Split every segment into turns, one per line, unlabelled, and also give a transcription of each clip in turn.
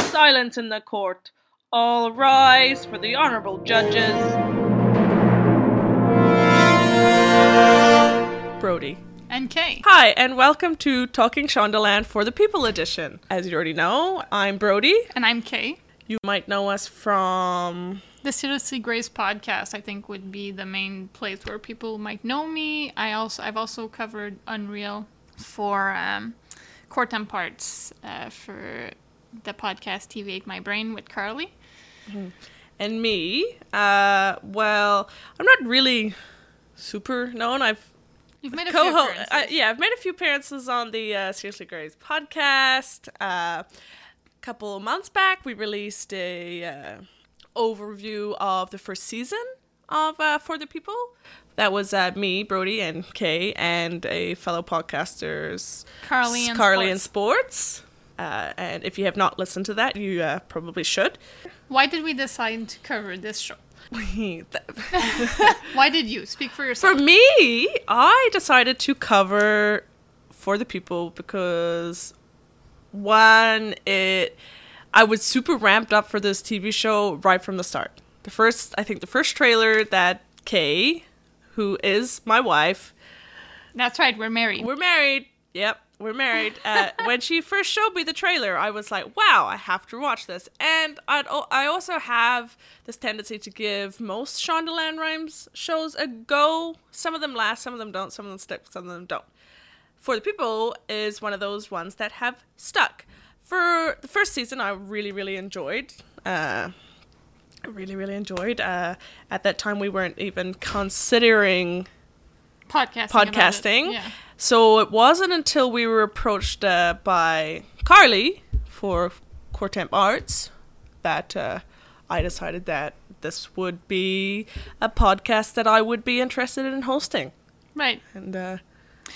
Silence in the court. All rise for the honorable judges. Brody.
And Kay.
Hi, and welcome to Talking Shondaland for the People Edition. As you already know, I'm Brody.
And I'm Kay.
You might know us from.
The Seriously Grace podcast, I think, would be the main place where people might know me. I also I've also covered Unreal for um, Court and Parts uh, for the podcast TV Ate My Brain with Carly.
And me. Uh, well, I'm not really super known. I've
You've made a few
co-host.
appearances.
Uh, yeah, I've made a few appearances on the uh, Seriously Grays podcast. Uh, a couple months back, we released a uh, overview of the first season of uh, For the People. That was uh, me, Brody, and Kay, and a fellow podcasters,
Carly and
Carly and Sports. Uh, and if you have not listened to that, you uh, probably should.
Why did we decide to cover this show?
That-
Why did you? Speak for
For
yourself.
me, I decided to cover for the people because one, it I was super ramped up for this TV show right from the start. The first, I think, the first trailer that Kay, who is my wife,
That's right, we're married.
we're married. Yep, we're married. Uh, when she first showed me the trailer, I was like, "Wow, I have to watch this." And I'd, al- I also have this tendency to give most Shondaland Rhymes shows a go. Some of them last, some of them don't, some of them stick, some of them don't. For the People is one of those ones that have stuck. For the first season, I really, really enjoyed. Uh, I really, really enjoyed. Uh, at that time, we weren't even considering
podcasting. about it.
podcasting.
Yeah.
So it wasn't until we were approached uh, by Carly for Quartemp Arts that uh, I decided that this would be a podcast that I would be interested in hosting.
Right.
And uh,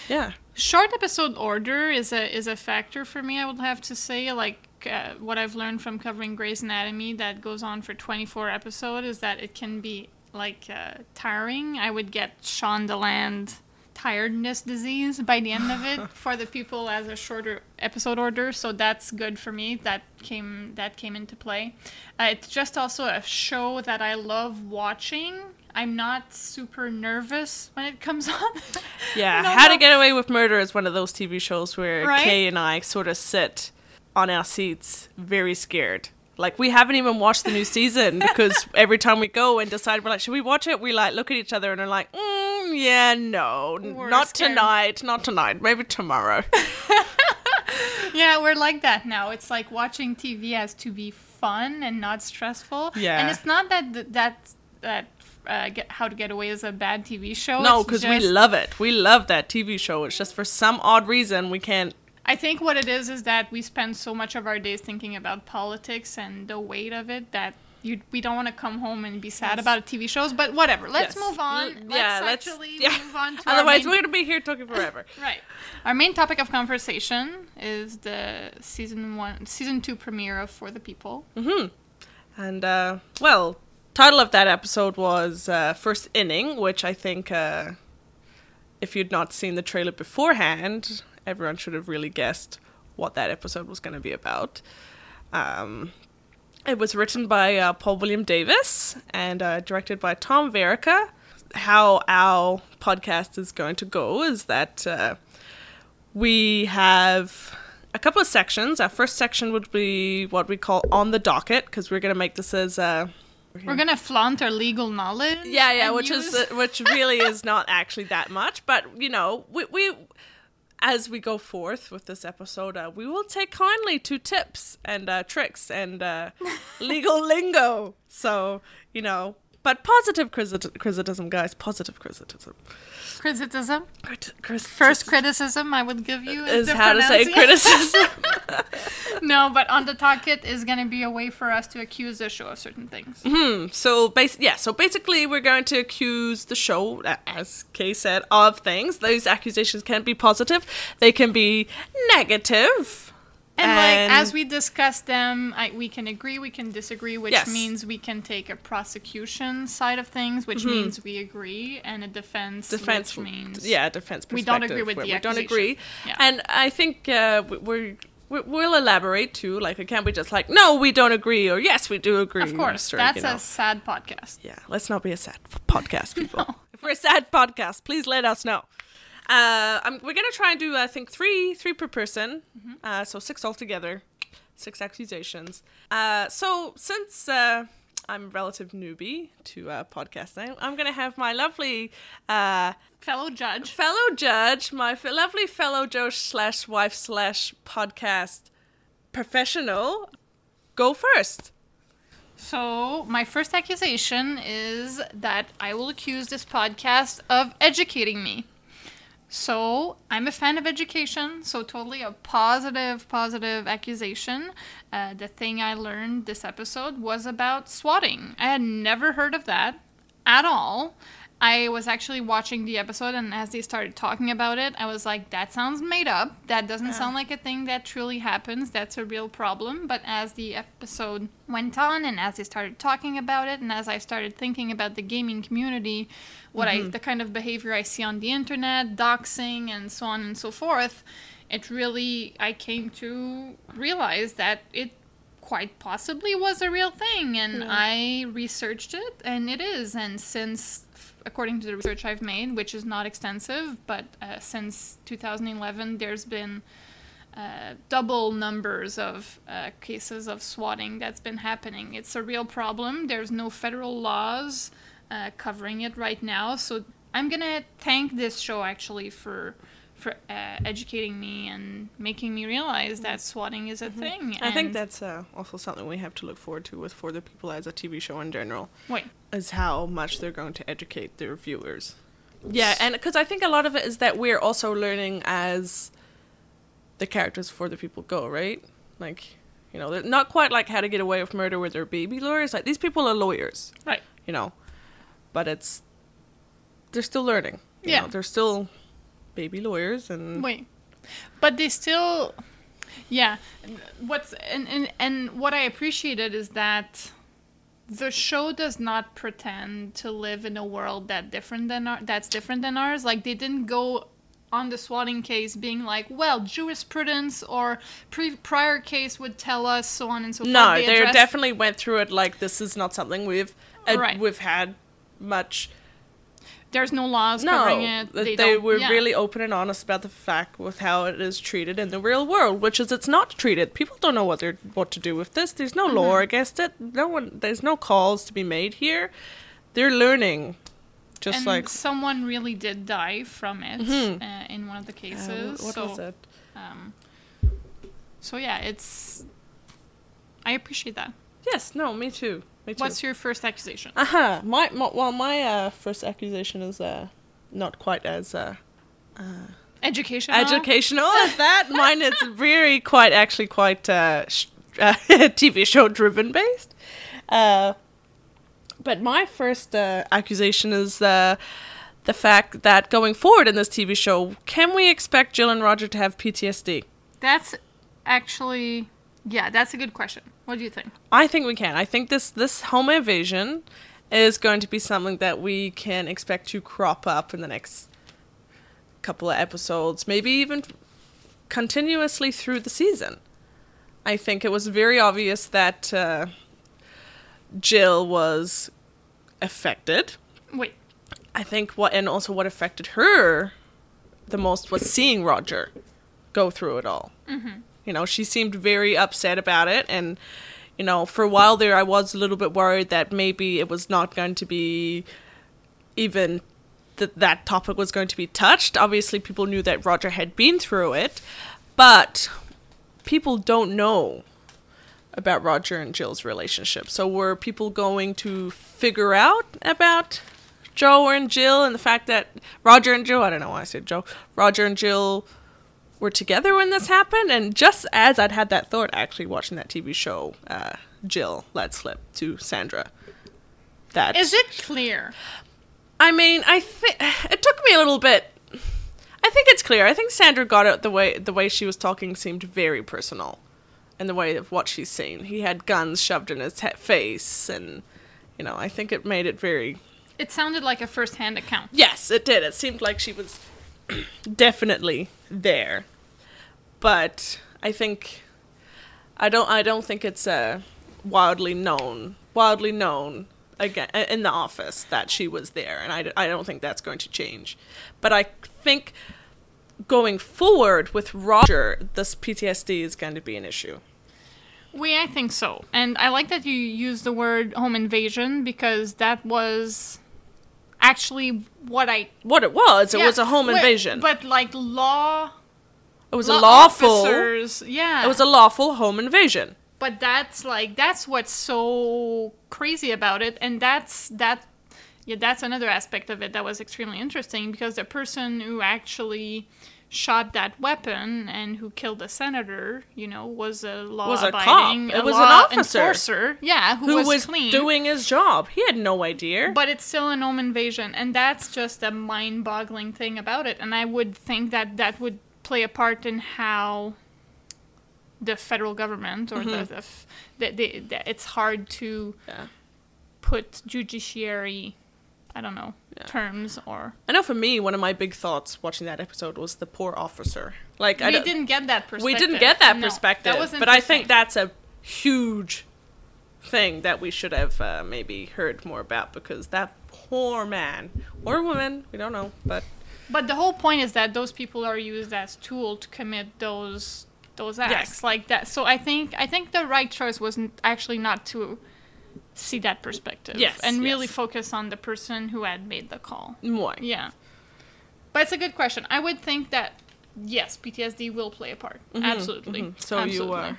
yeah,
short episode order is a is a factor for me. I would have to say, like uh, what I've learned from covering Grey's Anatomy that goes on for 24 episode is that it can be like uh, tiring. I would get Shondaland tiredness disease by the end of it for the people as a shorter episode order so that's good for me that came that came into play uh, it's just also a show that i love watching i'm not super nervous when it comes on
yeah.
I don't
How
know.
to Get Away with Murder is one of those TV shows where
Right?
Kay and I sort of sit on our seats, very scared. Like we haven't even watched the new season because every time we go and decide we're like, should we watch it? We like look at each other and are like, mm, yeah, no, n-
We're
not
scared.
tonight, not tonight, maybe tomorrow.
Yeah, we're like that now. It's like watching TV has to be fun and not stressful.
Yeah.
and it's not that th- that that uh, get, How to Get Away is a bad TV show.
no,
It's
because
just-
we love it. We love that TV show. It's just for some odd reason we can't.
I think what it is is that we spend so much of our days thinking about politics and the weight of it that. You, we don't want to come home and be sad about TV shows, but whatever. Let's
Yes.
move on.
L-
let's, actually move on to our
Otherwise,
main-
we're gonna be here talking forever.
Right. Our main topic of conversation is the season one, season two premiere of For the People.
And uh, well, title of that episode was uh, first inning, which I think uh, if you'd not seen the trailer beforehand, everyone should have really guessed what that episode was going to be about. Um, it was written by uh, Paul William Davis and uh, directed by Tom Verica. How our podcast is going to go is that uh, we have a couple of sections. Our first section would be what we call on the docket because we're going to make this as uh, a
We're gonna flaunt our legal knowledge.
yeah yeah
and
which
use-
is uh, which really is not actually that much but you know we, we as we go forth with this episode uh, we will take kindly to tips and uh, tricks and uh, legal lingo so you know but positive crit- criticism guys positive criticism
criticism.
Crit- crit-
First criticism I would give you
is
is, the
how to say
pronouncing-
criticism
no, but on the docket is gonna be a way for us to accuse the show of certain things.
Mm-hmm. so bas- yeah so basically we're going to accuse the show a- as kay said of things those accusations can be positive they can be negative
And,
And-
like as we discuss them, I, we can agree, we can disagree, which
Yes.
means we can take a prosecution side of things, which means we agree, and a defense,
Mm-hmm. defense
which means
yeah defense
We don't
perspective
agree with
where
the
we don't
accusation.
agree
Yeah.
and i think uh, we- we're we- we'll elaborate too. Like, it can't be just like, no, we don't agree, or yes, we do agree.
Of course,
Or,
that's
you know.
a sad podcast.
Yeah, let's not be a sad f- podcast, people. If we're a sad podcast, please let us know. Uh, I'm, we're gonna try and do, I think, three, three per person, uh, so six altogether, six accusations. Uh, so since uh, I'm relative newbie to uh, podcasting, I'm gonna have my lovely uh,
Fellow judge,
fellow judge, my f- lovely fellow Joe slash wife slash podcast professional, go first.
So, my first accusation is that I will accuse this podcast of educating me. So, I'm a fan of education, so totally a positive, positive accusation. Uh, the thing I learned this episode was about swatting. I had never heard of that at all. I was actually watching the episode, and as they started talking about it, I was like, that sounds made up. That doesn't sound like a thing that truly happens. That's a real problem. But as the episode went on, and as they started talking about it, and as I started thinking about the gaming community, what I, the kind of behavior I see on the internet, doxing, and so on and so forth, it really, I came to realize that it quite possibly was a real thing and i researched it and it is and since f- according to the research i've made which is not extensive but uh, since 2011 there's been uh, double numbers of uh, cases of swatting that's been happening it's a real problem there's no federal laws uh, covering it right now so i'm gonna thank this show actually for for uh, educating me and making me realize that swatting is a thing
Mm-hmm. I think
and-
that's uh, also something we have to look forward to with For the People as a TV show in general,
Wait.
is how much they're going to educate their viewers. Yeah, and because I think a lot of it is that we're also learning as the characters For the People go, right? Like, you know, they're not quite like how to get away with murder with their baby lawyers. Like, these people are lawyers,
Right.
you know, but it's, they're still learning. you
Yeah.
know, they're still baby lawyers and.
Wait. But they still yeah, what's and, and and what I appreciated is that the show does not pretend to live in a world that different than our, that's different than ours. Like they didn't go on the swatting case being like, well, jurisprudence or pre- prior case would tell us so on and so forth.
No, they
addressed-
definitely went through it like this is not something we've uh,
Right.
we've had much.
there's no laws
No,
covering it.
that they,
don't-
were
yeah.
really open and honest about the fact with how it is treated in the real world, which is it's not treated. People don't know what they're what to do with this. There's no
Mm-hmm.
law against it. No one. There's no calls to be made here. They're learning, just
and
like Mm-hmm.
someone really did die from it uh, in one of the
uh,
cases.
wh- what
so,
was it?
Um, so yeah, it's. I appreciate that.
Yes, no, me too. Me too. Uh,
What's your first accusation?
Aha. My, my well, my uh, first accusation is uh, not quite as uh,
Education.
educational as that. Mine is very quite actually quite uh, sh- uh, TV show driven based. Uh, but my first uh, accusation is uh, the fact that going forward in this TV show, can we expect Jill and Roger to have PTSD?
That's actually. Yeah, that's a good question. What do you think?
I think we can. I think this this home invasion is going to be something that we can expect to crop up in the next couple of episodes, maybe even continuously through the season. I think it was very obvious that uh, Jill was affected.
Wait.
I think what and also what affected her the most was seeing Roger go through it all. Mm-hmm. You know, she seemed very upset about it, and you know, for a while there, I was a little bit worried that maybe it was not going to be even that that topic was going to be touched. Obviously, people knew that Roger had been through it, but people don't know about Roger and Jill's relationship. So were people going to figure out about Joe and Jill and the fact that Roger and Jill, I don't know why I said Joe, Roger and Jill were together when this happened? And just as I'd had that thought, actually watching that TV show, uh, Jill let slip to Sandra. That
Is it clear?
I mean, I think it took me a little bit. I think it's clear. I think Sandra got it the way the way she was talking seemed very personal, in the way of what she's seen. He had guns shoved in his he- face, and you know, I think it made it very.
It sounded like a first-hand account.
Yes, it did. It seemed like she was definitely there, but I think I don't I don't think it's uh, wildly known wildly known again in the office that she was there and I, d- I don't think that's going to change. But I think going forward with Roger this PTSD is going to be an issue.
We, I think so. And I like that you use the word home invasion because that was actually what I.
What it was, it
Yeah,
was a home
wait,
invasion.
But like law.
it was
law
a lawful
Officers, yeah.
it was a lawful home invasion.
but that's like that's what's so crazy about it and that's that yeah that's another aspect of it that was extremely interesting because the person who actually shot that weapon and who killed the senator you know was a law
Was a cop.
abiding
It
a
was an
law
officer.
enforcer yeah who,
Who
was,
was,
clean
doing his job? He had no idea.
but it's still an home invasion and that's just a mind-boggling thing about it and i would think that that would play a part in how the federal government or the, the, f- the, the, the it's hard to
Mm-hmm. Yeah.
put judiciary i don't know terms or
I know for me, one of my big thoughts watching that episode was the poor officer. Like I
we
don't-
didn't get that perspective
we didn't get that
No,
perspective,
that was
but I think
interesting.
that's a huge thing that we should have uh, maybe heard more about because that poor man or woman, we don't know, but
But the whole point is that those people are used as tool to commit those those acts
Yes.
like that. So I think I think the right choice was n- actually not to see that perspective
Yes,
and really
yes.
focus on the person who had made the call.
more.
Yeah. But it's a good question. I would think that yes, PTSD will play a part. Absolutely.
Mm-hmm, So you uh,
Absolutely.
are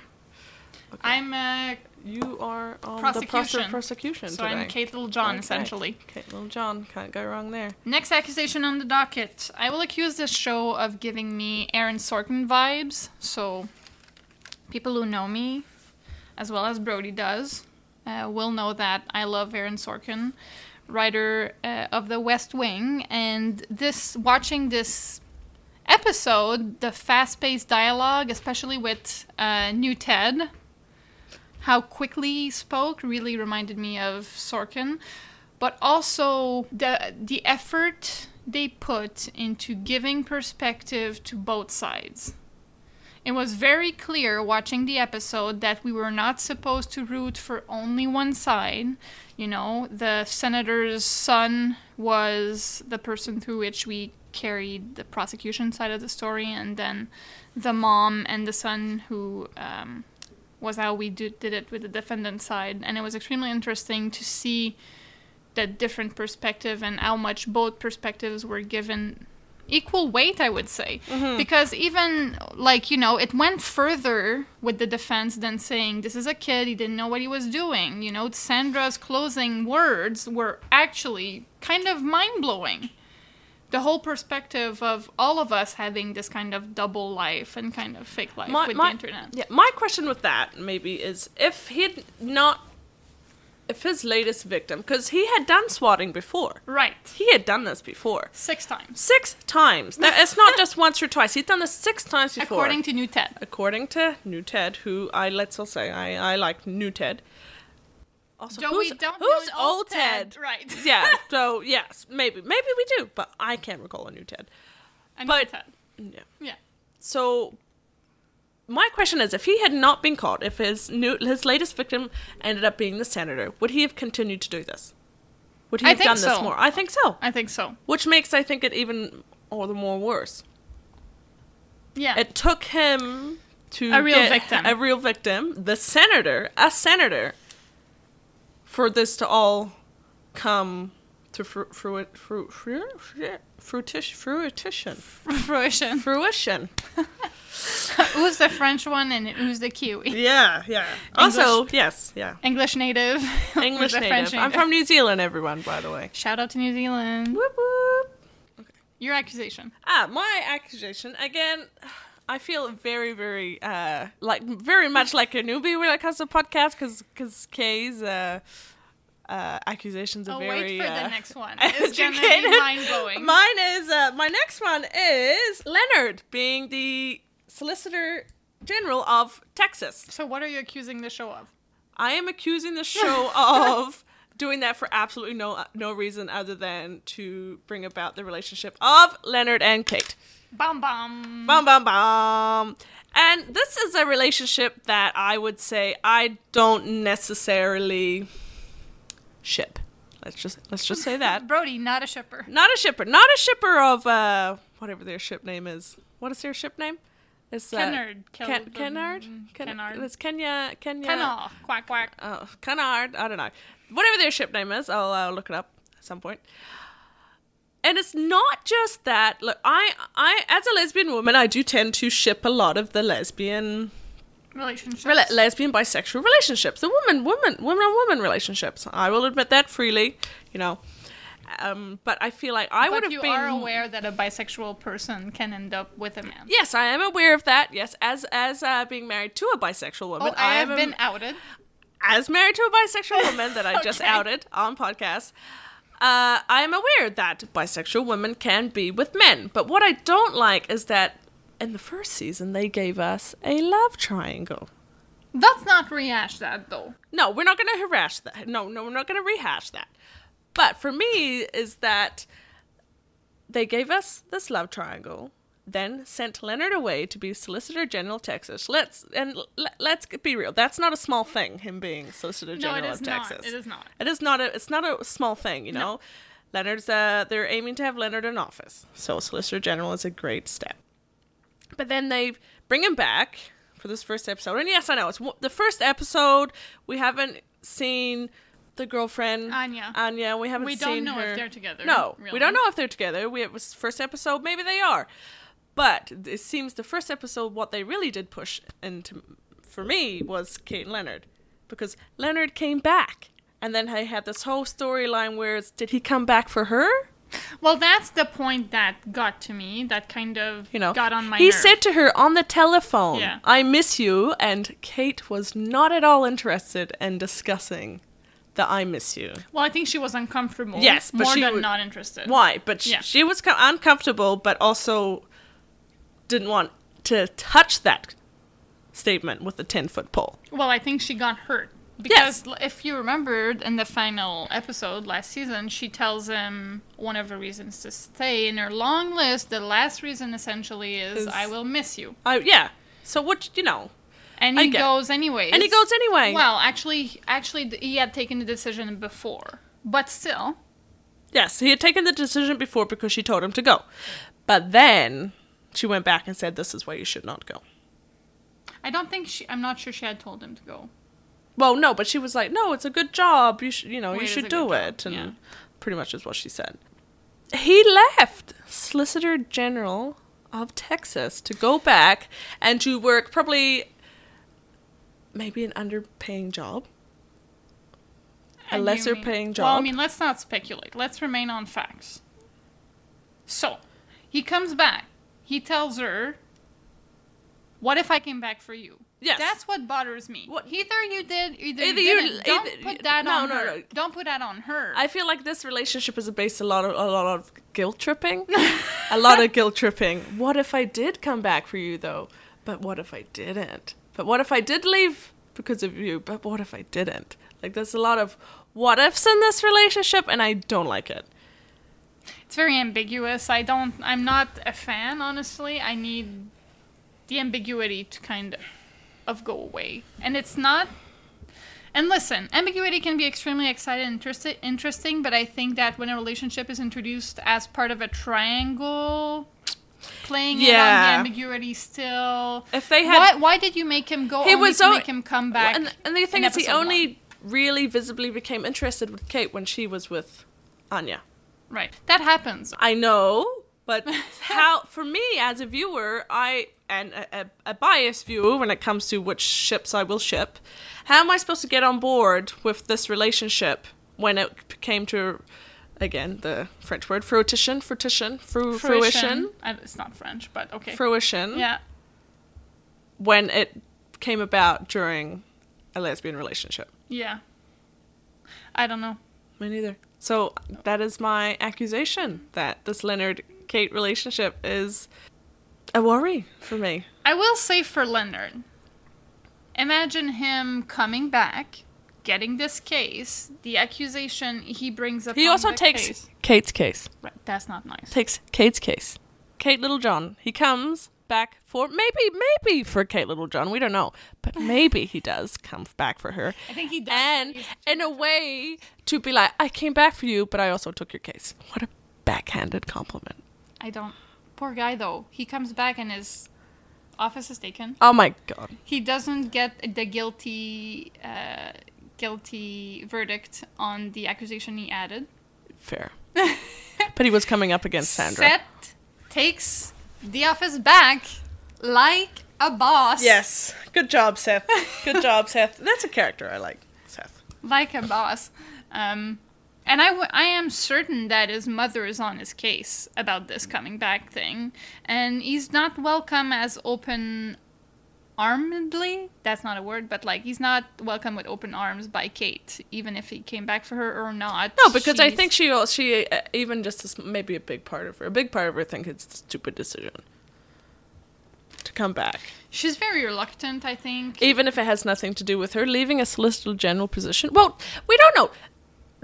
I'm uh,
you are on the
Prosecution.
process prosecution
so
today.
I'm Kate Little John
Okay.
essentially.
Kate Little John can't go wrong there.
Next accusation on the docket. I will accuse this show of giving me Aaron Sorkin vibes. So, people who know me, as well as Brody does, uh, will know that I love Aaron Sorkin, writer uh, of The West Wing. And this, watching this episode, the fast paced dialogue, especially with uh, New Ted, how quickly he spoke really reminded me of Sorkin, but also the the effort they put into giving perspective to both sides. It was very clear watching the episode that we were not supposed to root for only one side. You know, the senator's son was the person through which we carried the prosecution side of the story, and then the mom and the son who um, was how we do, did it with the defendant side. And it was extremely interesting to see that different perspective and how much both perspectives were given equal weight, I would say. Because even, like, you know, it went further with the defense than saying, this is a kid, he didn't know what he was doing. You know, Sandra's closing words were actually kind of mind blowing. The whole perspective of all of us having this kind of double life and kind of fake life with the internet.
Yeah, my question with that maybe is if he'd not, if his latest victim, because he had done swatting before,
Right.
he had done this before
Six times.
six times. That, it's not just once or twice. He'd done this six times before.
According to New Ted.
According to New Ted, who I let's all say I I like New Ted. Also,
Though
who's,
we don't
who's
know an
old Ted?
Right.
yeah. So yes, maybe maybe we do, but I can't recall a New Ted.
And
But-
New Ted.
Yeah.
Yeah.
So my question is if he had not been caught, if his new his latest victim ended up being the senator, would he have continued to do this? Would he
I
have
think
done this
so.
more? I think so.
I think so.
Which makes I think it even all the more worse.
Yeah.
It took him to
A real
get
victim.
a real victim, the senator, a senator for this to all come to fru- fru- fru- fru- fru- fruitish- fruition
Fruition.
fruition
who's the French one and who's the Kiwi?
yeah yeah also yes yeah
English native. Who's
English
the
native. I'm from New Zealand, everyone, by the way.
Shout out to New Zealand.
Whoop whoop.
Your accusation.
Ah, my accusation again. I feel very, very, uh, like very much like a newbie when it comes to podcasts, because because Kay's uh, uh, accusations are
Oh,
very.
wait for
uh,
the next one. It's gonna be
educated.
mind blowing.
Mine is uh, my next one is Leonard being the Solicitor General of Texas.
so what are you accusing the show of?
I am accusing the show of doing that for absolutely no no reason other than to bring about the relationship of Leonard and Kate.
Bum bum.
Bum bum bum. And this is a relationship that I would say I don't necessarily ship. Let's just let's just say that.
Brody, not a shipper.
Not a shipper. Not a shipper of uh whatever their ship name is. What is their ship name? It's uh,
Kennard. Mm-hmm.
Ken- Kennard. Ken-
Kennard.
It's Kenya. Kenya.
Kennel. Quack, quack.
Oh, Kennard. I don't know. Whatever their ship name is, I'll uh, look it up at some point. And it's not just that. Look, I, I, as a lesbian woman, I do tend to ship a lot of the lesbian,
Relationships.
rela- lesbian bisexual relationships, the woman, woman, woman on woman relationships. I will admit that freely, you know. Um, but I feel like I would
but
have
you
been.
are aware that a bisexual person can end up with a man.
Yes, I am aware of that. Yes, as as uh, being married to a bisexual woman,
Oh, I have
am-
been outed.
as married to a bisexual woman that I just
Okay.
outed on podcast, uh, I am aware that bisexual women can be with men. But what I don't like is that in the first season they gave us a love triangle.
Let's not rehash that though.
No, we're not going to harass that. No, no, we're not going to rehash that. But for me, is that they gave us this love triangle, then sent Leonard away to be Solicitor General of Texas. Let's and l- let's be real. That's not a small thing. Him being Solicitor General
no, it is
of
not.
Texas.
It is not.
It is not a. It's not a small thing, you know. Leonard's. Uh, they're aiming to have Leonard in office, so Solicitor General is a great step. But then they bring him back for this first episode, and yes, I know it's w- the first episode. We haven't seen the girlfriend
Anya.
Anya, we haven't.
We don't
seen
know if
her-
they're together,
No, we
really.
don't know if they're together. We it was first episode. Maybe they are, but it seems the first episode. What they really did push into for me was Kate and Leonard, because Leonard came back, and then I had this whole storyline where it's did he come back for her?
Well, that's the point that got to me. That kind of
You know,
got on my.
He
nerve.
said to her on the telephone,
Yeah.
"I miss you," and Kate was not at all interested in discussing the "I miss you."
Well, I think she was uncomfortable.
Yes, but
more
she
than
would-
not interested.
why but she,
Yeah.
she was co- uncomfortable but also didn't want to touch that statement with a 10 foot pole
Well, I think she got hurt
Yes.
because l if you remembered in the final episode last season, she tells him one of the reasons to stay in her long list. The last reason essentially is,
Is-
I will miss you,
I yeah so what you know
and
I
he
get it.
goes anyways.
and he goes anyway
Well, actually, actually, th- he had taken the decision before, but still,
yes he had taken the decision before because she told him to go but then she went back and said this is why you should not go
I don't think she. I'm not sure she had told him to go.
well no but she was like no it's a good job you should you know
Well,
you
it is
should
a
do
good
it
job,
and
yeah.
pretty much is what she said he left solicitor general of texas to go back and to work probably maybe an underpaying job A
And you
lesser
mean-
paying
Well, I
job.
mean, let's not speculate. Let's remain on facts. So, he comes back. He tells her, "What if I came back for you?"
Yes.
That's what bothers me.
What-
Either you did, either,
Either
you
you-
didn't. Don't
either-
put that
no,
on
no,
her.
no.
Don't put that on her.
i feel like this relationship is based a lot of a lot of guilt tripping a lot of guilt tripping what if i did come back for you though but what if i didn't but what if i did leave because of you but what if i didn't like there's a lot of what ifs in this relationship and i don't like it
it's very ambiguous. I don't. I'm not a fan, honestly. I need the ambiguity to kind of, of go away, and it's not. And listen, ambiguity can be extremely exciting and interesti- interesting, but I think that when a relationship is introduced as part of a triangle, playing
Yeah.
it on the ambiguity still.
If they had-
why, why did you make him go?
He
only
was
to
o-
make him come back.
And, and the thing
in
is, he
episode one?
only really visibly became interested with Kate when she was with Anya.
right that happens.
I know, but how for me as a viewer, I and a, a, a biased viewer when it comes to which ships I will ship, how am I supposed to get on board with this relationship when it came to again the French word fruition, fruition, fru, fruition,
I- it's not French, but okay.
fruition,
yeah.
when it came about during a lesbian relationship.
Yeah. I don't know.
Me neither. So that is my accusation that this Leonard Kate relationship is a worry for me.
I will say for Leonard, imagine him coming back, getting this case, the accusation he brings up.
He also
the
takes
case.
Kate's case.
Right, that's not nice.
Takes Kate's case. Kate Littlejohn. He comes back for maybe, maybe for Kate Littlejohn. We don't know, but maybe he does come back for her.
I think he does.
And
He's-
in a way, to be like, I came back for you, but I also took your case. What a backhanded compliment.
I don't. Poor guy though. He comes back and his office is taken.
Oh my god.
He doesn't get the guilty uh, guilty verdict on the accusation he added.
Fair. but he was coming up against Sandra.
Seth takes the office back like a boss.
Yes. Good job, Seth. Good job, Seth. That's a character I like, Seth.
Like a boss. Um, and I, w- I am certain that his mother is on his case about this coming back thing. And he's not welcome as open armedly. That's not a word, but like he's not welcome with open arms by Kate, even if he came back for her or not.
No, because I
She's-
think she al- she uh, even just this, maybe a big part of her, a big part of her think it's a stupid decision to come back,
she's very reluctant, I think.
even if it has nothing to do with her leaving a solicitor general position. Well, we don't know.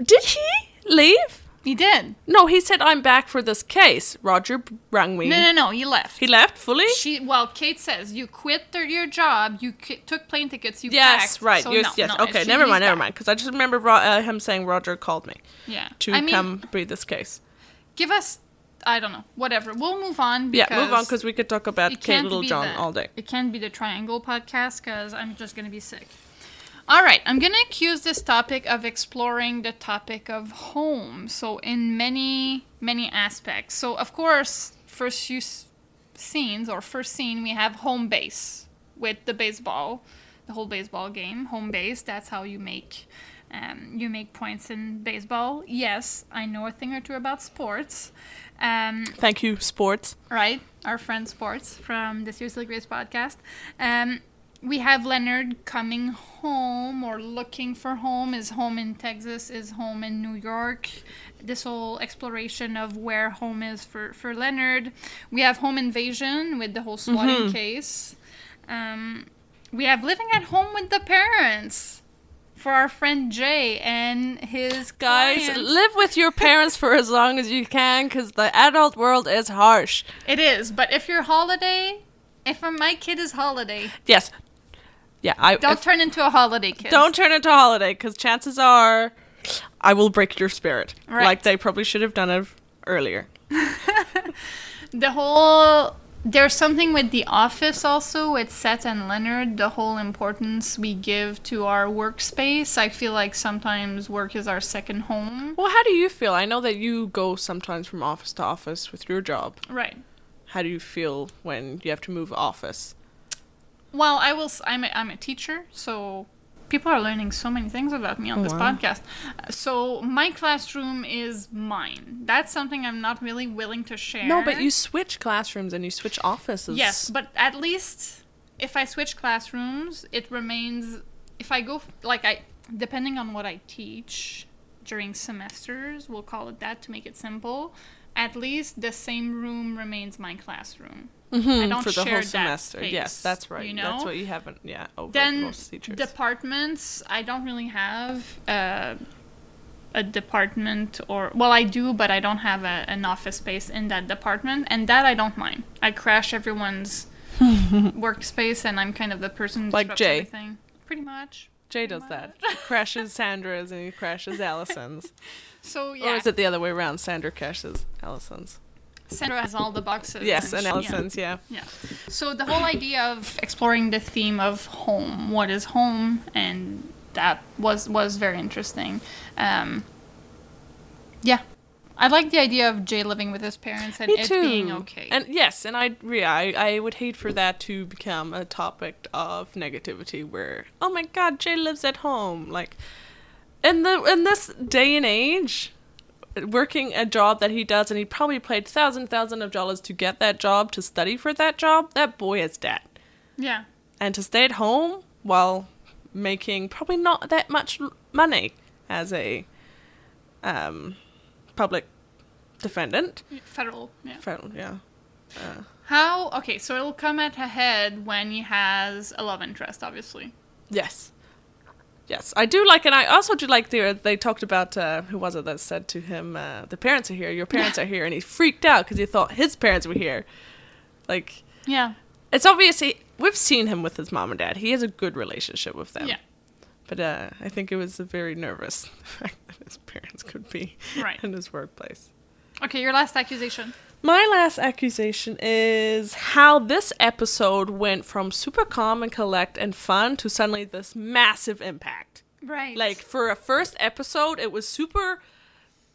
Did he leave?
he did.
No, he said I'm back for this case. Roger b- rang me.
No, no, no, he left.
He left fully.
She well, Kate says you quit their, your job. You qui- took plane tickets. You
yes,
packed,
right.
so
yes,
no,
yes.
no,
okay,
she-
never
he's
mind, never
back.
mind. Because I just remember Ro- uh, him saying Roger called me
Yeah,
to
I mean,
come breathe this case.
Give us, I don't know, whatever. We'll move on.
Yeah,
Because
move on because we could talk about
it
Kate
can't
Little
be
John
the-
all day.
It can't be the triangle podcast because I'm just gonna be sick. All right, I'm gonna accuse this topic of exploring the topic of home. So in many many aspects. So of course, first few s- scenes or first scene we have home base with the baseball, the whole baseball game. Home base. That's how you make. Um, you make points in baseball. Yes, I know a thing or two about sports. Um,
Thank you, sports.
right? Our friend Sports from the Seriously Grace podcast. Um, we have Leonard coming home or looking for home. Is home in Texas? Is home in New York? This whole exploration of where home is for, for Leonard. We have home invasion with the whole swatting case. Um, we have living at home with the parents for our friend Jay and his
Guys,
clients.
live with your parents for as long as you can because the adult world is harsh.
It is, but if your holiday, if my kid is holiday,
Yes. Yeah, I if-
don't
don't,
turn into a holiday kid.
turn into a holiday because chances are I will break your spirit.
Right.
Like they probably should have done it earlier.
The whole there's something with the office also with Seth and Leonard. The whole importance we give to our workspace. I feel like sometimes work is our second home.
Well, how do you feel? I know that you go sometimes from office to office with your job.
Right.
How do you feel when you have to move office?
Well, I will. s- I'm a, I'm a teacher, so people are learning so many things about me on this
wow.
podcast. So my classroom is mine. That's something I'm not really willing to share.
No, but you switch classrooms and you switch offices.
Yes, but at least if I switch classrooms, it remains. If I go f- like I, depending on what I teach during semesters, we'll call it that to make it simple. At least the same room remains my classroom.
Mm-hmm.
I don't
for the
share
whole
that
semester. yes,
space,
that's right.
You know,
That's what you haven't. Yeah, over
then
most teachers.
departments i don't really have uh, a department or well i do but i don't have a, an office space in that department and that i don't mind i crash everyone's workspace and i'm kind of the person who
Like
disrupts
Jay.
everything pretty much
Jay does that. He crashes Sandra's and he crashes Allison's.
so yeah
Or is it the other way around? Sandra crashes Allison's.
sandra has all the boxes
Yes, and
she- yeah.
Allison's, yeah.
Yeah. So the whole idea of exploring the theme of home, what is home, and that was was very interesting. Um, yeah, I like the idea of Jay living with his parents and it being okay.
And yes, and I, yeah, I, I would hate for that to become a topic of negativity where, oh my god, Jay lives at home. Like, in the in this day and age, working a job that he does, and he probably paid thousand thousand of dollars to get that job to study for that job. That boy is dead.
yeah,
and to stay at home while making probably not that much l- money as a um, public defendant.
federal. Yeah.
Federal, yeah. Uh,
How? Okay, so it'll come at a head when he has a love interest, obviously.
yes. Yes, I do like, and I also do like the they talked about uh, who was it that said to him, uh, "The parents are here, your parents are here," and he freaked out because he thought his parents were here. Like,
Yeah.
It's obviously we've seen him with his mom and dad. He has a good relationship with them.
Yeah.
But uh, I think it was a very nervous the fact that his parents could be
Right.
in his workplace.
Okay, your last accusation.
My last accusation is how this episode went from super calm and collect and fun to suddenly this massive impact.
Right.
Like for a first episode, it was super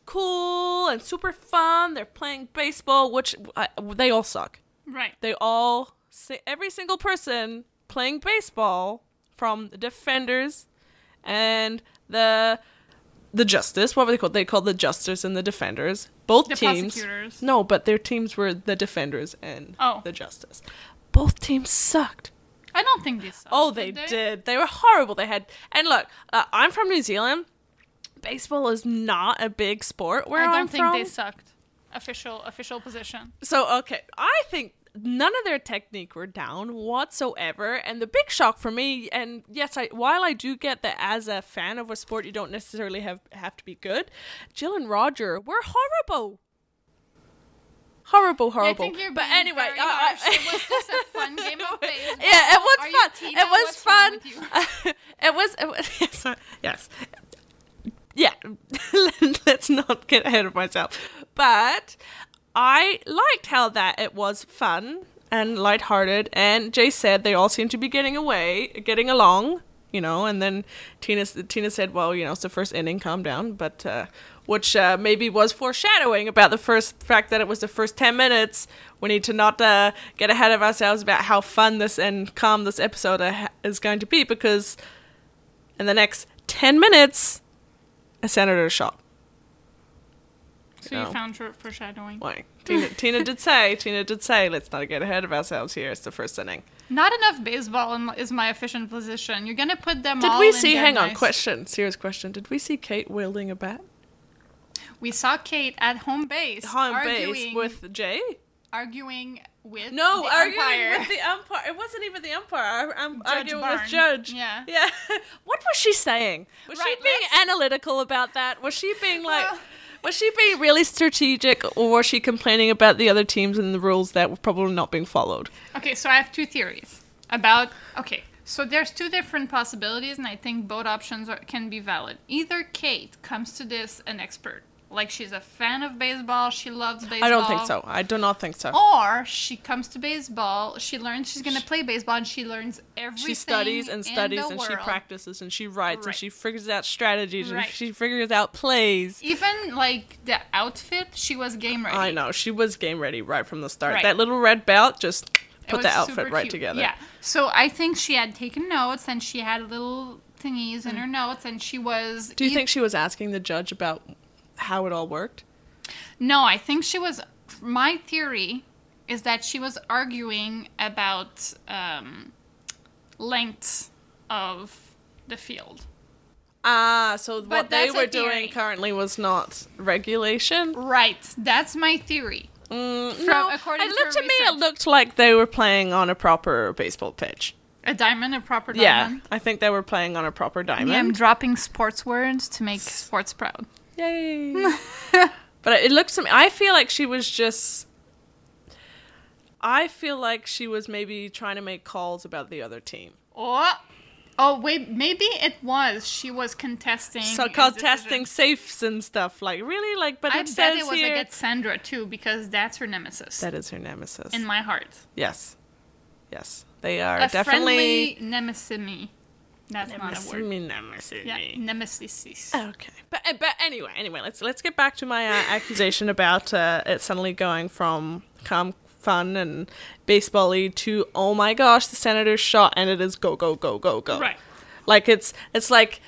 cool and super fun. They're playing baseball, which uh, they all suck.
Right.
They all si- every single person playing baseball from the defenders and the the justice. What were they called? They called the justice and the defenders. Both
The
teams.
prosecutors.
No, but their teams were the defenders and
Oh.
the justice. Both teams sucked.
I don't think this.
Oh, they did. They were horrible. They had, and look, uh, I'm from New Zealand. Baseball is not a big sport where
I don't
am
think
from.
they sucked. Official official position.
so okay, I think none of their technique were down whatsoever. And the big shock for me, and yes, I while I do get that as a fan of a sport, you don't necessarily have have to be good. Jill and Roger were horrible. Horrible, horrible.
I think you're
but
being
anyway,
very
I- I-
harsh. it was just a fun game of baseball.
yeah, it was
Are you
fun.
Tina?
It was
What's wrong
fun.
with you?
it was. It was yes, I- yes. Yeah. Let- Let's not get ahead of myself. But I liked how that it was fun and lighthearted. And Jay said they all seemed to be getting away, getting along. You know, and then Tina Tina said, "Well, you know, it's the first inning. Calm down." But uh, which uh, maybe was foreshadowing about the first fact that it was the first ten minutes. We need to not uh, get ahead of ourselves about how fun this and calm this episode uh, is going to be because in the next 10 minutes, a senator is shot.
So
No.
you found short foreshadowing.
Like, Tina, Tina did say, Tina did say, let's not get ahead of ourselves here. It's the first inning.
Not enough baseball in, is my official position. You're gonna put them.
Did
all
we
in
see,
their
hang on,
nice-
question, serious question. Did we see Kate wielding a bat?
We saw Kate at home base.
Home
arguing,
base with Jay?
arguing with
No,
the
arguing
umpire.
with the umpire. It wasn't even the umpire. I, I'm
Judge
arguing with
Barnes.
Judge.
Yeah.
Yeah. what was she saying? Was
Right,
she being
let's-
analytical about that? Was she being like.
Well-
Was she being really strategic, or was she complaining about the other teams and the rules that were probably not being followed?
Okay, so I have two theories about. Okay, so there's two different possibilities, and I think both options are, can be valid. Either Kate comes to this an expert, like she's a fan of baseball, she loves baseball.
I don't think so. I do not think so.
Or she comes to baseball, she learns she's gonna play baseball, and she learns everything.
she studies and studies
in the
and
world.
she practices and she writes and
Right.
she figures out strategies
Right.
and she figures out plays.
Even like the outfit, she was game ready.
I know she was game ready right from the start.
Right.
That little red belt just
It
put
was
the
super
outfit right
cute.
together.
Yeah. So I think she had taken notes and she had little thingies in her notes and she was
Mm. Do you
eith-
think she was asking the judge about how it all worked?
No, I think she was. My theory is that she was arguing about um, length of the field.
Ah, so what they
that's a
were doing
theory.
currently was not regulation.
Right. That's my theory.
Mm,
From-
no,
according
it
to
looked
her
to me it
research.
looked like they were playing on a proper baseball pitch.
A diamond, a proper
Yeah,
diamond.
I think they were playing on a proper
Yeah, I'm
diamond.
dropping sports words to make sports proud.
Yay. But it looks to me, I feel like she was just. I feel like she was maybe trying to make calls about the other team.
oh, oh, wait. Maybe it was. She was contesting.
So
his
called
decision.
testing safes and stuff. Like, really? Like, but
I
it
bet
says
it was
here.
against Sandra too, because that's her nemesis
that is her nemesis.
in my heart.
yes. Yes. They are
a
definitely.
friendly nemesis me. That's not a
Nemesis
word.
me, nemesis
Yeah,
me.
nemesis.
Okay, but uh, but anyway, anyway, let's let's get back to my uh, accusation about uh, it suddenly going from calm, fun, and baseball-y to oh my gosh, the senator's shot, and it is go go go go go.
Right.
Like it's it's like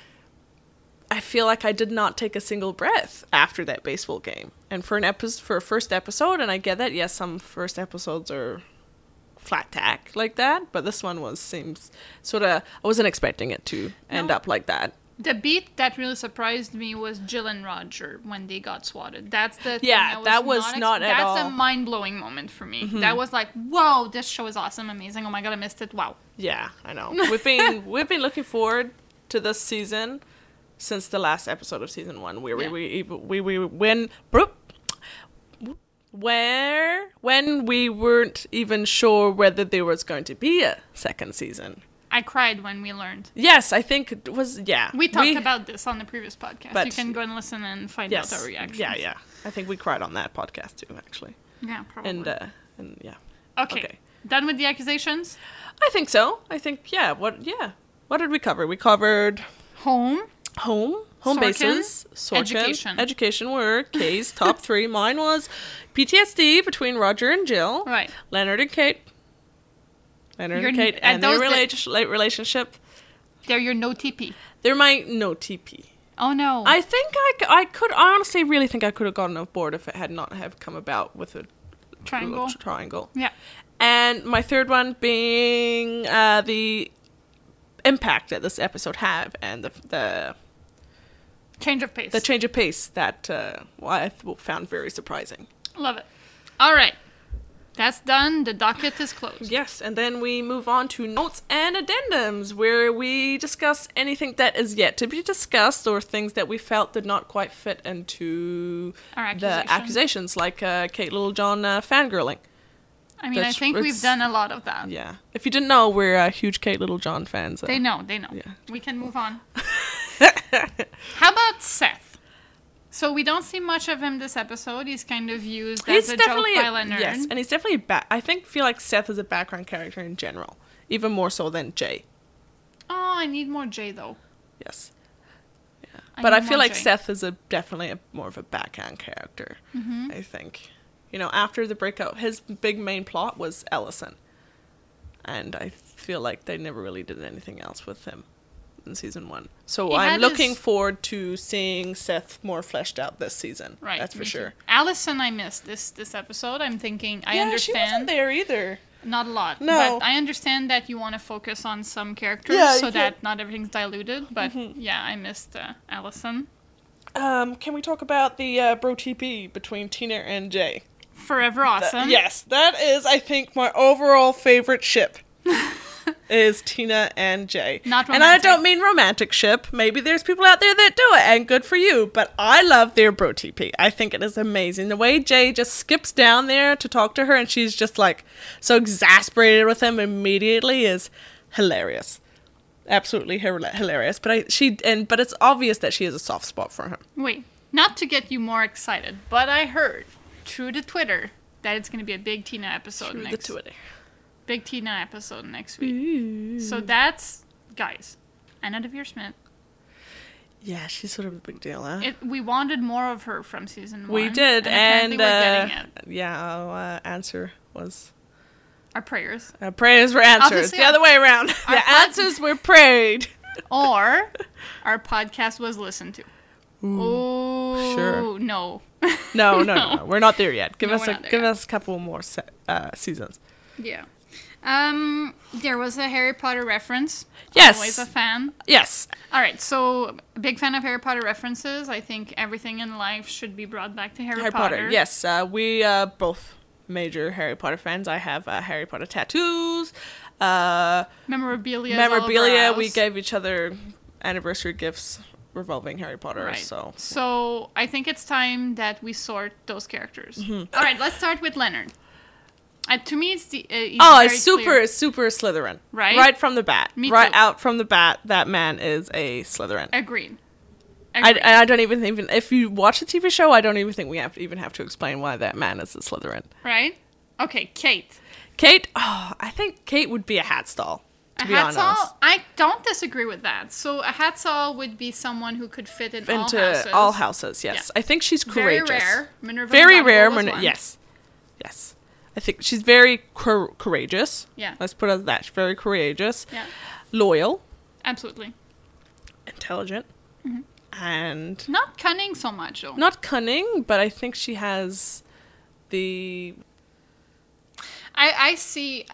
I feel like I did not take a single breath after that baseball game, and for an episode for a first episode, and I get that yes, some first episodes are flat tack like that, but this one was seems sort of I wasn't expecting it to end
No.
up like that.
The beat that really surprised me was Jill and Roger when they got swatted. That's the thing
Yeah,
I
that was not at
that's
all- Mm-hmm.
a mind blowing moment for me. That was like, whoa, this show is awesome, amazing. Oh my god, I missed it. Wow.
Yeah, I know. We've been we've been looking forward to this season since the last episode of season one, where
Yeah.
we, we we we when broop, where when we weren't even sure whether there was going to be a second season.
I cried when we learned.
Yes, I think it was yeah.
We talked about this on the previous podcast.
But-
you can go and listen and find
yes,
out our reactions.
Yeah, yeah. I think we cried on that podcast too, actually.
Yeah, probably.
And uh, and yeah,
okay.
okay.
Done with the accusations?
I think so. I think yeah. What yeah? What did we cover? We covered
Home.
home, home
Sorkin,
bases, Sorkin,
education.
education were Kay's top three. Mine was PTSD between Roger and Jill,
Right.
Leonard and Kate, Leonard
Your-
and Kate,
and
and their
those that-
relati- late relationship.
They're your no TP.
They're my no TP.
Oh no.
I think I, c- I could I honestly really think I could have gotten off board if it had not have come about with a
Triangle.
little triangle.
Yeah.
And my third one being uh, the impact that this episode have and the the
Change of pace.
the change of pace that uh, I th- found very surprising.
Love it. All right. That's done. The docket is closed.
Yes, and then we move on to notes and addendums, where we discuss anything that is yet to be discussed or things that we felt did not quite fit into
Our
the
accusation.
accusations, like uh, Kate Littlejohn uh, fangirling.
I mean, I
That's-
think we've
it's-
done a lot of that.
Yeah, if you didn't know, we're uh, huge Kate Littlejohn fans. uh,
They know. They know.
Yeah.
We can move on. How about Seth? So we don't see much of him this episode. He's kind of used as a joke by Leonard.
yes, and he's definitely. a Ba- I think feel like Seth is a background character in general, even more so than Jay.
oh, I need more Jay though.
Yes. but I
need
feel
more
like
Jay.
Seth is a definitely a, more of a backhand character.
Mm-hmm.
I think, you know, after the breakup, his big main plot was Ellison, and I feel like they never really did anything else with him in season one. So
He
I'm
had
looking
his-
forward to seeing Seth more fleshed out this season.
Right.
that's for
me too.
sure.
Allison, I missed this this episode. I'm thinking. I
yeah, she wasn't
understand.
there either.
Not a lot.
No.
But I understand that you want to focus on some characters
Yeah,
so
you
that
can't- Mm-hmm.
not everything's diluted. But yeah, I missed uh, Allison.
Um, can we talk about the uh, bro TP between Tina and Jay?
Forever
That-
awesome.
yes, that is, I think, my overall favorite ship. is Tina and Jay.
Not
And I
romantic.
don't mean romantic ship. Maybe there's people out there that do it, and good for you. But I love their bro TP. I think it is amazing. The way Jay just skips down there to talk to her, and she's just like so exasperated with him immediately is hilarious. Absolutely hila- hilarious. But I she and but it's obvious that she has a soft spot for him.
Wait, not to get you more excited, but I heard through the Twitter that it's going to be a big Tina episode
Through
next
the Twitter.
big Tina episode next week. So
Mm.
that's guys, Anna Devere Smith.
Yeah, she's sort of a big deal, huh?
It, we wanted more of her from season one.
We did,
apparently
and,
we're
uh,
getting it.
yeah, our uh, answer was
Our prayers,
uh, prayers were answered.
Obviously,
the
our-
other way around.
our
The
pod-
answers were prayed.
or our podcast was listened to. Oh,
sure.
No,
No, no, no, no, we're not there yet. Give
No,
us
we're
a
not there
give
yet.
us a couple more se- uh, seasons.
yeah. Um, there was a Harry Potter reference.
Yes.
always a fan.
Yes,
All right, so big fan of Harry Potter references. I think everything in life should be brought back to Harry,
Harry Potter. Yes, uh, we uh, both major Harry Potter fans. I have uh, Harry Potter tattoos, uh,
memorabilia. is all over
memorabilia.
our
We
house.
gave each other anniversary gifts revolving Harry Potter.
Right.
So
So I think it's time that we sort those characters.
Mm-hmm.
All right, let's start with Leonard. Uh, to me, it's the uh, he's
Oh,
very
it's super,
clear.
super Slytherin.
Right?
Right from the bat.
Me
right
too.
out from the bat, that man is a Slytherin.
Agreed.
I,
Agreed.
and I don't even think, if you watch the TV show, I don't even think we have to even have to explain why that man is a Slytherin.
right? Okay, Kate.
Kate, oh, I think Kate would be a hat stall, to
a
be
Hatzall.
honest.
I don't disagree with that. So a Hatzall would be someone who could fit in
Into
all houses.
all houses, yes. I think she's
Very
courageous.
rare. Minerva
Very
Dumbledore
rare.
was
Mon-
one.
yes. Yes. I think she's very cour- courageous.
Yeah.
Let's put it as that. She's very courageous.
Yeah.
Loyal.
Absolutely.
Intelligent.
Mm-hmm.
And
Not cunning so much, though.
not cunning, but I think she has the
I, I see.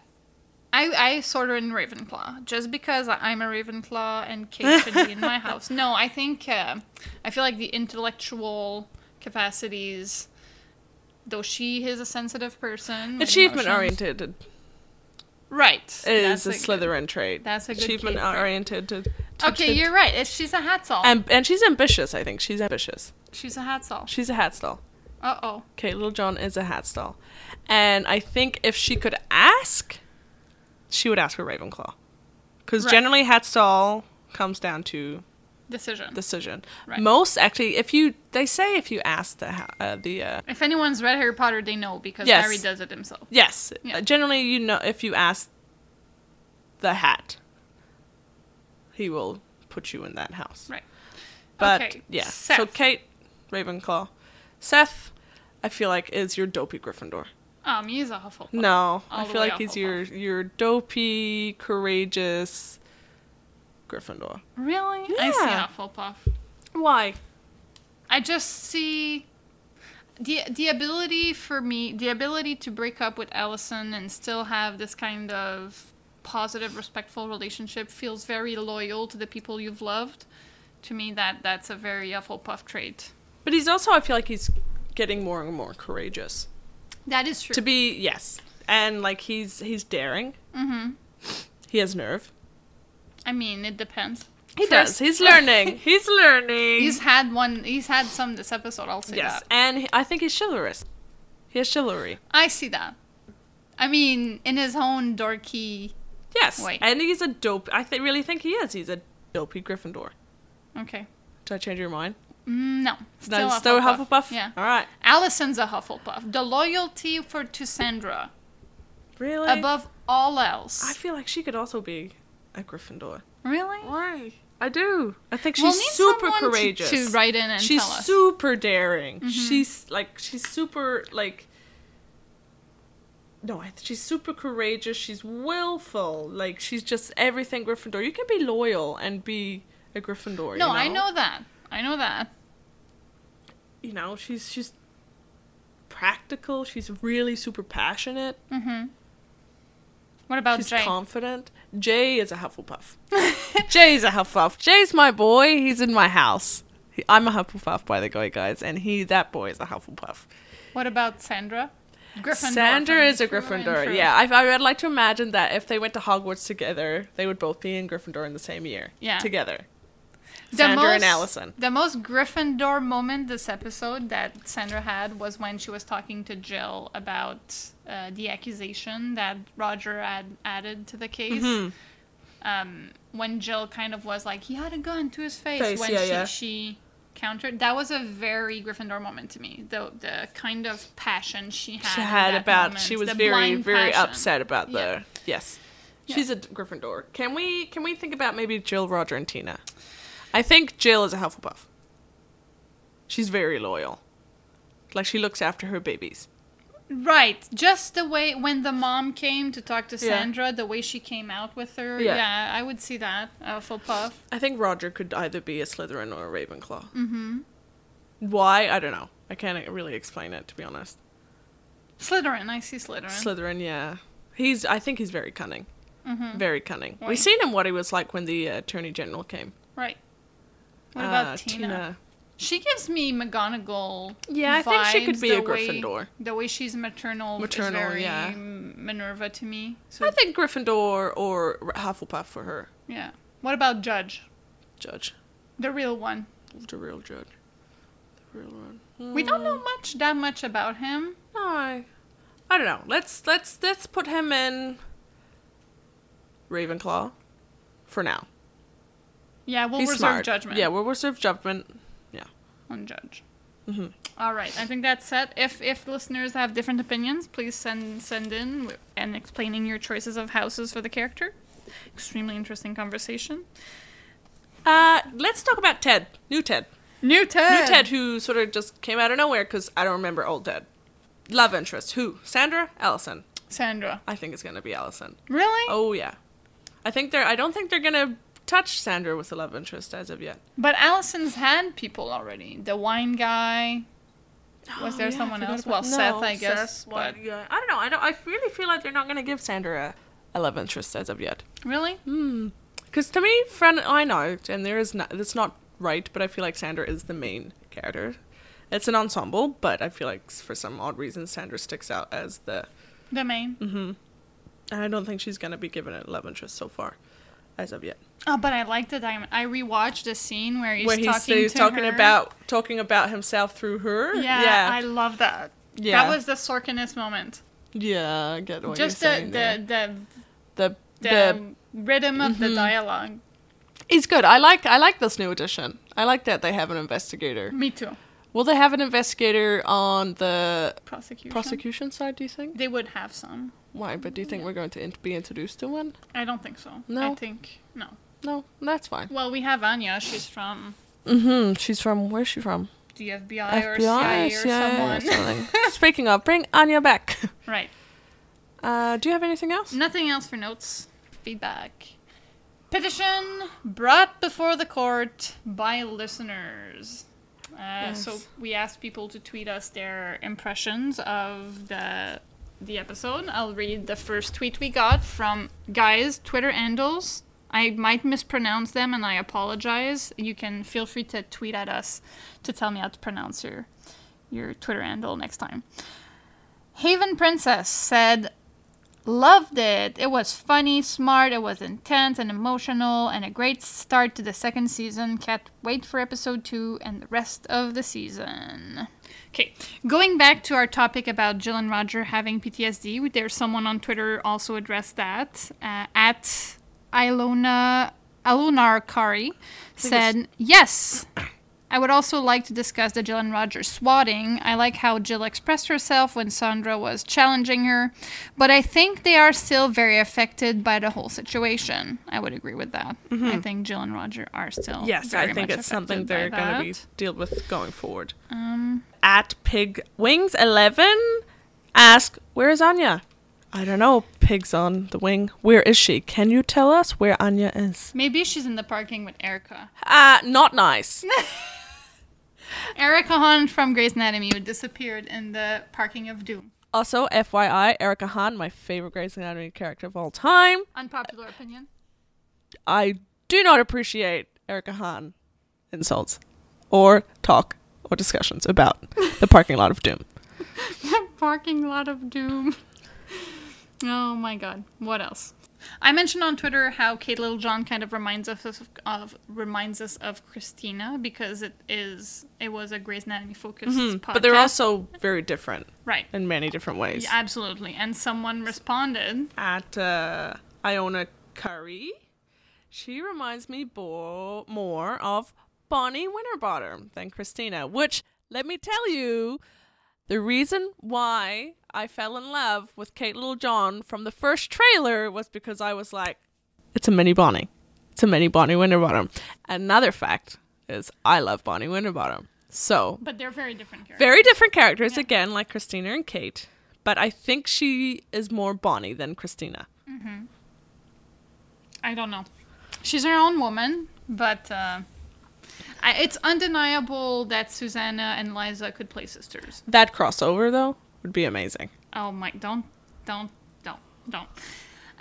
I, I sort her in Ravenclaw just because I- I'm a Ravenclaw and Kate should be in my house. No, I think uh, I feel like the intellectual capacities, though she is a sensitive person, with
achievement
emotions-
oriented
Right
is
that's
a
good-
Slytherin trait.
that's a good
achievement
key, right.
oriented.
Okay, you're
Um,
right. If she's a Hatzall,
and and she's ambitious. I think she's ambitious.
she's a Hatzall.
She's a hat stall.
Uh oh.
Okay, Little John is a hat stall. And I think if she could ask, she would ask for Ravenclaw. Because
Right.
generally, hat stall comes down to
Decision.
decision.
Right.
Most actually, if you they say if you ask the ha- uh, the uh,
if anyone's read Harry Potter, they know because
Yes.
Harry does it himself.
yes,
Yeah.
uh, generally you know if you ask the hat, he will put you in that house.
Right.
But
Okay,
yeah, so
Seth.
Kate, Ravenclaw, Seth, I feel like is your dopey Gryffindor.
Um, he's a Hufflepuff.
No,
All
I
the
feel
way
like he's
Hufflepuff.
your your dopey, courageous Gryffindor.
Really? I see
Yeah.
Hufflepuff.
Why?
I just see the the ability for me, the ability to break up with Allison and still have this kind of positive, respectful relationship feels very loyal to the people you've loved. To me, that that's a very Hufflepuff trait.
But he's also I feel like he's getting more and more courageous.
That is true.
To be yes, and like he's he's daring.
hmm
He has nerve.
I mean, it depends.
He does.
First-
He's learning. he's learning.
He's had one. He's had some this episode. I'll say
yes,
that.
and he, I think he's chivalrous. He has chivalry.
I see that. I mean, in his own dorky.
Yes,
Wait.
and he's a dope. I th- really think he is. He's a dopey Gryffindor.
Okay.
Did I change your mind?
Mm, No.
No, still Hufflepuff.
Yeah.
All right.
Allison's a Hufflepuff. The loyalty for to Sandra
Really?
above all else.
I feel like she could also be a Gryffindor.
really?
Why? I do. I think she's
We'll need
super
someone to-
courageous.
To, write in and
she's
tell us. Mm-hmm.
super daring. She's like she's super like no, I- she's super courageous. She's willful. Like she's just everything Gryffindor. You can be loyal and be a Gryffindor. you
no, I know that. I know that.
You know, she's she's practical. She's really super passionate.
Mm-hmm. What about
she's
Oh, Jay?
confident. Jay is a Hufflepuff. Jay's a Hufflepuff. Jay's my boy. He's in my house. He- I'm a Hufflepuff by the way, guys, and he that boy is a Hufflepuff.
what about Sandra? Gryffindor.
Sandra
from
is a
True and
Gryffindor.
True.
Yeah, I, I would like to imagine that if they went to Hogwarts together, they would both be in Gryffindor in the same year.
Yeah.
together.
The
Sandra and
most-
Allison.
The most Gryffindor moment this episode that Sandra had was when she was talking to Jill about uh, the accusation that Roger had added to the case.
Mm-hmm.
Um, when Jill kind of was like, he had a gun to his face,
Face,
when
yeah,
she,
yeah.
she countered. That was a very Gryffindor moment to me. The the kind of passion she had.
She
in
had
that
about.
moment,
She was
the
very
blind
very
passion.
upset about the.
Yeah.
Yes,
Yeah.
she's a Gryffindor. Can we can we think about maybe Jill, Roger, and Tina? I think Jill is a Hufflepuff. She's very loyal. Like she looks after her babies.
Right. Just the way when the mom came to talk to
Yeah.
Sandra, the way she came out with her. Yeah,
Yeah.
I would see that. Uh, Hufflepuff.
I think Roger could either be a Slytherin or a Ravenclaw. Mm-hmm. Why? I don't know. I can't really explain it to be honest.
Slytherin. I see Slytherin.
Slytherin, yeah. He's. I think he's very cunning.
Mhm.
Very cunning.
Right.
We've seen him what he was like when the uh, Attorney General came.
right. What about
Uh,
Tina? She gives me McGonagall.
Yeah, I think she could
vibes,
be a
the way-
Gryffindor.
The way she's maternal, maternal,
Maternal,
is very
yeah.
yeah. Minerva to me. So
I think Gryffindor or R- Hufflepuff for her.
yeah. What about Judge,
Judge,
the real one?
the real judge, the real one. Hmm.
We
Mm.
don't know much that much about him.
No, I, I don't know. Let's let's let's put him in Ravenclaw for now.
Yeah, we'll
He's
reserve
smart.
judgment.
Yeah, we'll reserve judgment. Yeah.
on judge.
Mm-hmm.
All right, I think that's it. If if listeners have different opinions, please send send in w- and explaining your choices of houses for the character. Extremely interesting conversation.
Uh, let's talk about Ted. New Ted.
New Ted.
New Ted, who sort of just came out of nowhere because I don't remember old Ted. Love interest. Who? Sandra? Allison.
Sandra.
I think it's gonna be Allison.
Really?
Oh yeah. I think they're. I don't think they're gonna touch Sandra with the love interest as of yet.
But Allison's had people already. The wine guy. Was there
Oh, yeah, I
someone
forgot
else?
about-
Well, Seth, I guess,
Seth,
but-
one guy. I don't know. I don't. I really feel like they're not gonna give Sandra a, a love interest as of yet.
Really?
Because Hmm. to me, friend, I know, and there is not. That's not right, but I feel like Sandra is the main character. It's an ensemble, but I feel like s- for some odd reason Sandra sticks out as the.
The main.
Mm-hmm. And I don't think she's gonna be given a love interest so far. as of yet.
Oh, but I like the diamond. I rewatched the scene where he's
Where he's,
talking
he's
to
talking
her.
about talking about himself through her.
Yeah, I love that.
Yeah.
That was the Sorkinist moment.
yeah, I get what
Just
you're
the
saying. there.
the, the
the
the
the Mm-hmm.
rhythm of the dialogue.
It's good. I like I like this new edition. I like that they have an investigator.
Me too.
Will they have an investigator on the
Prosecution.
prosecution side? Do you think?
They would have some.
Why? But do you
Mm-hmm.
think we're going to in- be introduced to one?
I don't think so.
No.
I think no.
No, that's fine.
Well, we have Anya. She's from
Mm-hmm. She's from where's she from?
the FBI, or CIA or someone.
Speaking of, bring Anya back.
right.
Uh, do you have anything else?
Nothing else for notes. Feedback. Petition brought before the court by listeners. Uh, So we asked people to tweet us their impressions of the the episode. I'll read the first tweet we got from guys Twitter handles. I might mispronounce them, and I apologize. You can feel free to tweet at us to tell me how to pronounce your your Twitter handle next time. Haven Princess said, Loved it. It was funny, smart, it was intense and emotional, and a great start to the second season. Can't wait for episode two and the rest of the season. Okay, going back to our topic about Jill and Roger having PTSD, there's someone on Twitter also addressed that. Uh, at Ilona Alunar Kari said, Yes, I would also like to discuss the Jill and Roger swatting. I like how Jill expressed herself when Sandra was challenging her, but I think they are still very affected by the whole situation. I would agree with that. I think Jill and Roger are still
Mm-hmm. Yes, I
Oh, very
think
much
it's something
affected
they're
by
going to be
that.
deal with going forward. Um, At Pig Wings Eleven, ask where is Anya? I don't know. Pig's on the wing. Where is she? Can you tell us where Anya is?
Maybe she's in the parking with Erica.
Uh, not nice.
Erica Hahn from Grey's Anatomy who disappeared in the parking of Doom.
also, FYI, Erica Hahn, my favorite Grey's Anatomy character of all time.
Unpopular opinion.
I do not appreciate Erica Hahn insults or talk or discussions about the parking lot of doom.
parking lot of doom. Oh my god. What else? I mentioned on Twitter how Kate Littlejohn kind of reminds us of, of reminds us of Christina because it is it was a Grey's Anatomy focused podcast.
Mm-hmm. But they're also very different
right.
in many different ways.
Yeah, absolutely. And someone responded.
At uh, Iona Curry, she reminds me bo- more of Bonnie Winterbottom than Christina, which, let me tell you, the reason why I fell in love with Kate Littlejohn from the first trailer was because I was like, it's a mini Bonnie. It's a mini Bonnie Winterbottom. Another fact is I love Bonnie Winterbottom. So
But they're very different characters.
very different characters again, like Christina and Kate. But I think she is more Bonnie than Christina.
I don't know. She's her own woman, but uh, I, it's undeniable that Susanna and Liza could play sisters.
That crossover though would be amazing.
Oh my! Don't, don't, don't, don't.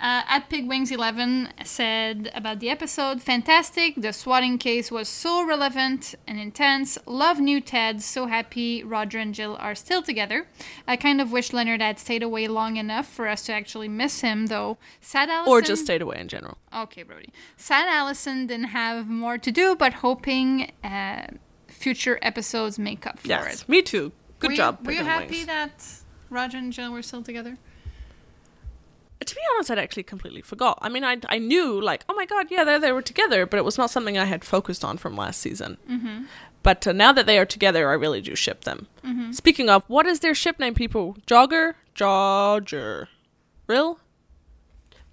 Uh, at Pig Wings Eleven said about the episode, fantastic. The swatting case was so relevant and intense. Love new Ted. So happy Roger and Jill are still together. I kind of wish Leonard had stayed away long enough for us to actually miss him, though. Sad Allison.
Or just stayed away in general.
Okay, Brody. Sad Allison didn't have more to do, but hoping uh, future episodes make up for
Yes,
it.
me too. Good
Were you-
job.
were you
Pig and
happy
Wings.
that Roger and Jill were still together?
to be honest, I'd actually completely forgot. I mean, I, I knew like, oh my god, yeah, they they were together, but it was not something I had focused on from last season. Mm-hmm. But uh, now that they are together, I really do ship them.
Mm-hmm.
Speaking of, what is their ship name, people? Jogger, Jogger, Rill.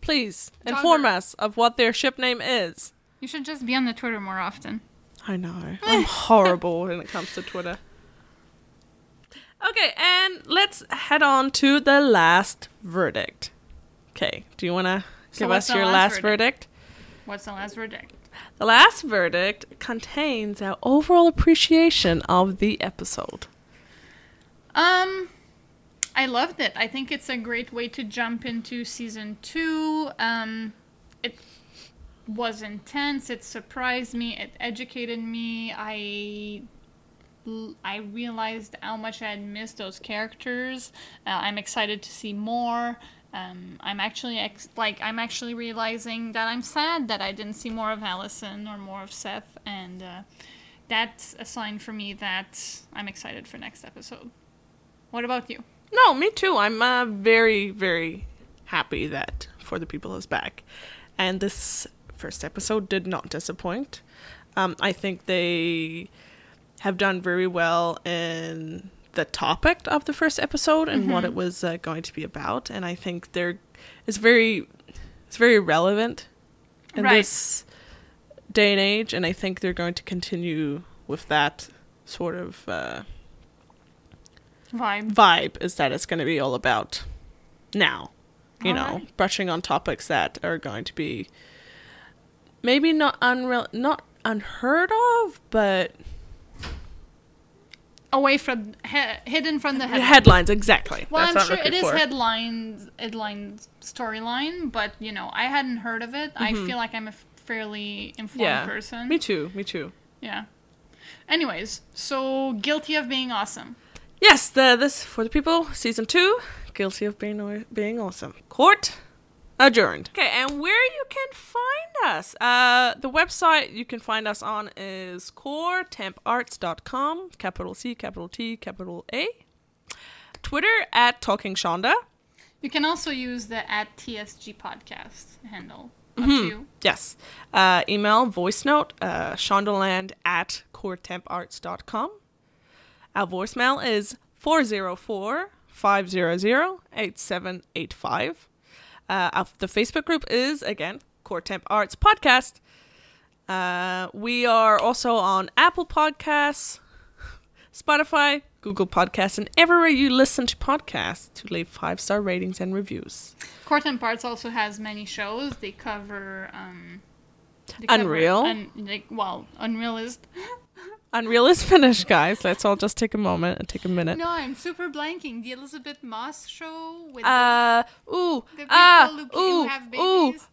Please inform
Jogger.
us of what their ship name is.
You should just be on the Twitter more often.
I know. I'm horrible when it comes to Twitter. Okay, and let's head on to the last verdict. Okay, do you want to
So
give
what's
us
the
your
last
last, verdict?
What's the last verdict?
The last verdict contains our overall appreciation of the episode.
Um, I loved it. I think it's a great way to jump into season two. Um, it was intense. It surprised me. It educated me. I l- I realized how much I had missed those characters. Uh, I'm excited to see more. Uh, um, I'm actually ex- like I'm actually realizing that I'm sad that I didn't see more of Allison or more of Seth, and uh, that's a sign for me that I'm excited for next episode. What about you?
No, me too. I'm uh, very, very happy that For the People is back. And this first episode did not disappoint. Um, I think they have done very well in the topic of the first episode and what it was uh, going to be about. And I think they're, it's very, it's very relevant in
Right.
this day and age. And I think they're going to continue with that sort of. Uh,
Vibe.
vibe is that it's going to be all about now, you
All
know,
right.
brushing on topics that are going to be maybe not unreal, not unheard of, but
Away from he- hidden from the
headlines,
headlines.
exactly.
Well,
That's
I'm
what
sure it
looking
is
for.
headlines headline storyline, but you know I hadn't heard of it. I feel like I'm a fairly informed
yeah.
person.
Me too. Me too.
Yeah. Anyways, so guilty of being awesome.
Yes, the this for the people season two, guilty of being aw- being awesome. Court adjourned. Okay, and where you can find us, uh, the website you can find us on is coretemparts.com, capital C, capital T, capital A. Twitter at talking Shonda.
You can also use the at TSG podcast handle. Up to you.
Yes. Uh, email, voice note, uh, shondaland at coretemparts.com. Our voicemail is 404 500 8785. Uh, The Facebook group is, again, Core Temp Arts Podcast. Uh, we are also on Apple Podcasts, Spotify, Google Podcasts, and everywhere you listen to podcasts to leave five star ratings and reviews.
Court and Parts also has many shows. They cover um, they
Unreal.
Cover, un- like, well, Unreal is.
Unreal is finished, guys. Let's all just take a moment and take a minute.
No, I'm super blanking. The Elizabeth Moss show with
Uh, ooh,
the, the people
ah,
who, ca- who
ooh,
have
ooh.
babies.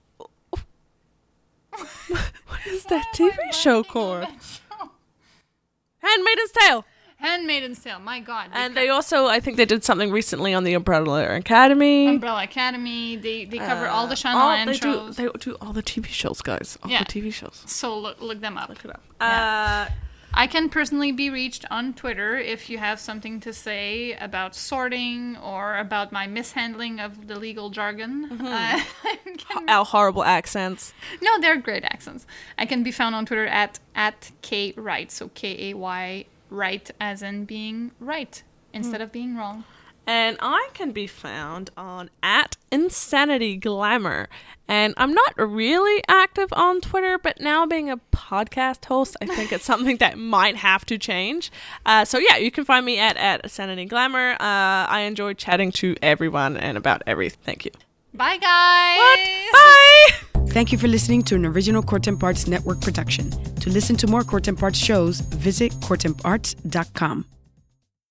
What is that
Why am
TV
I
show
blanking on
called?
that show?
Handmaiden's Tale.
Handmaiden's Tale. My God. they
And they also, I think they did something recently on the Umbrella Academy.
Umbrella Academy. They they cover Um, all the
Uh,
Shonda
all-
Land
they do,
shows.
they do all the TV shows, guys. All
Yeah.
the TV shows.
So look look them up.
Look it up.
Yeah.
Uh,
I can personally be reached on Twitter if you have something to say about sorting or about my mishandling of the legal jargon. Uh,
Mm-hmm.
I can-
our horrible accents.
no, they're great accents. I can be found on Twitter at at k right, so k a y right, as in being right
Hmm.
instead of being wrong.
And I can be found on at Insanity Glamour. And I'm not really active on Twitter, but now being a podcast host, I think it's something that might have to change. Uh, so yeah, you can find me at at Insanity Glamour. Uh, I enjoy chatting to everyone and about everything. Thank you.
Bye guys.
What? Bye.
Thank you for listening to an original Court and Parts Network production. To listen to more Court and Parts shows, visit courtemparts.com.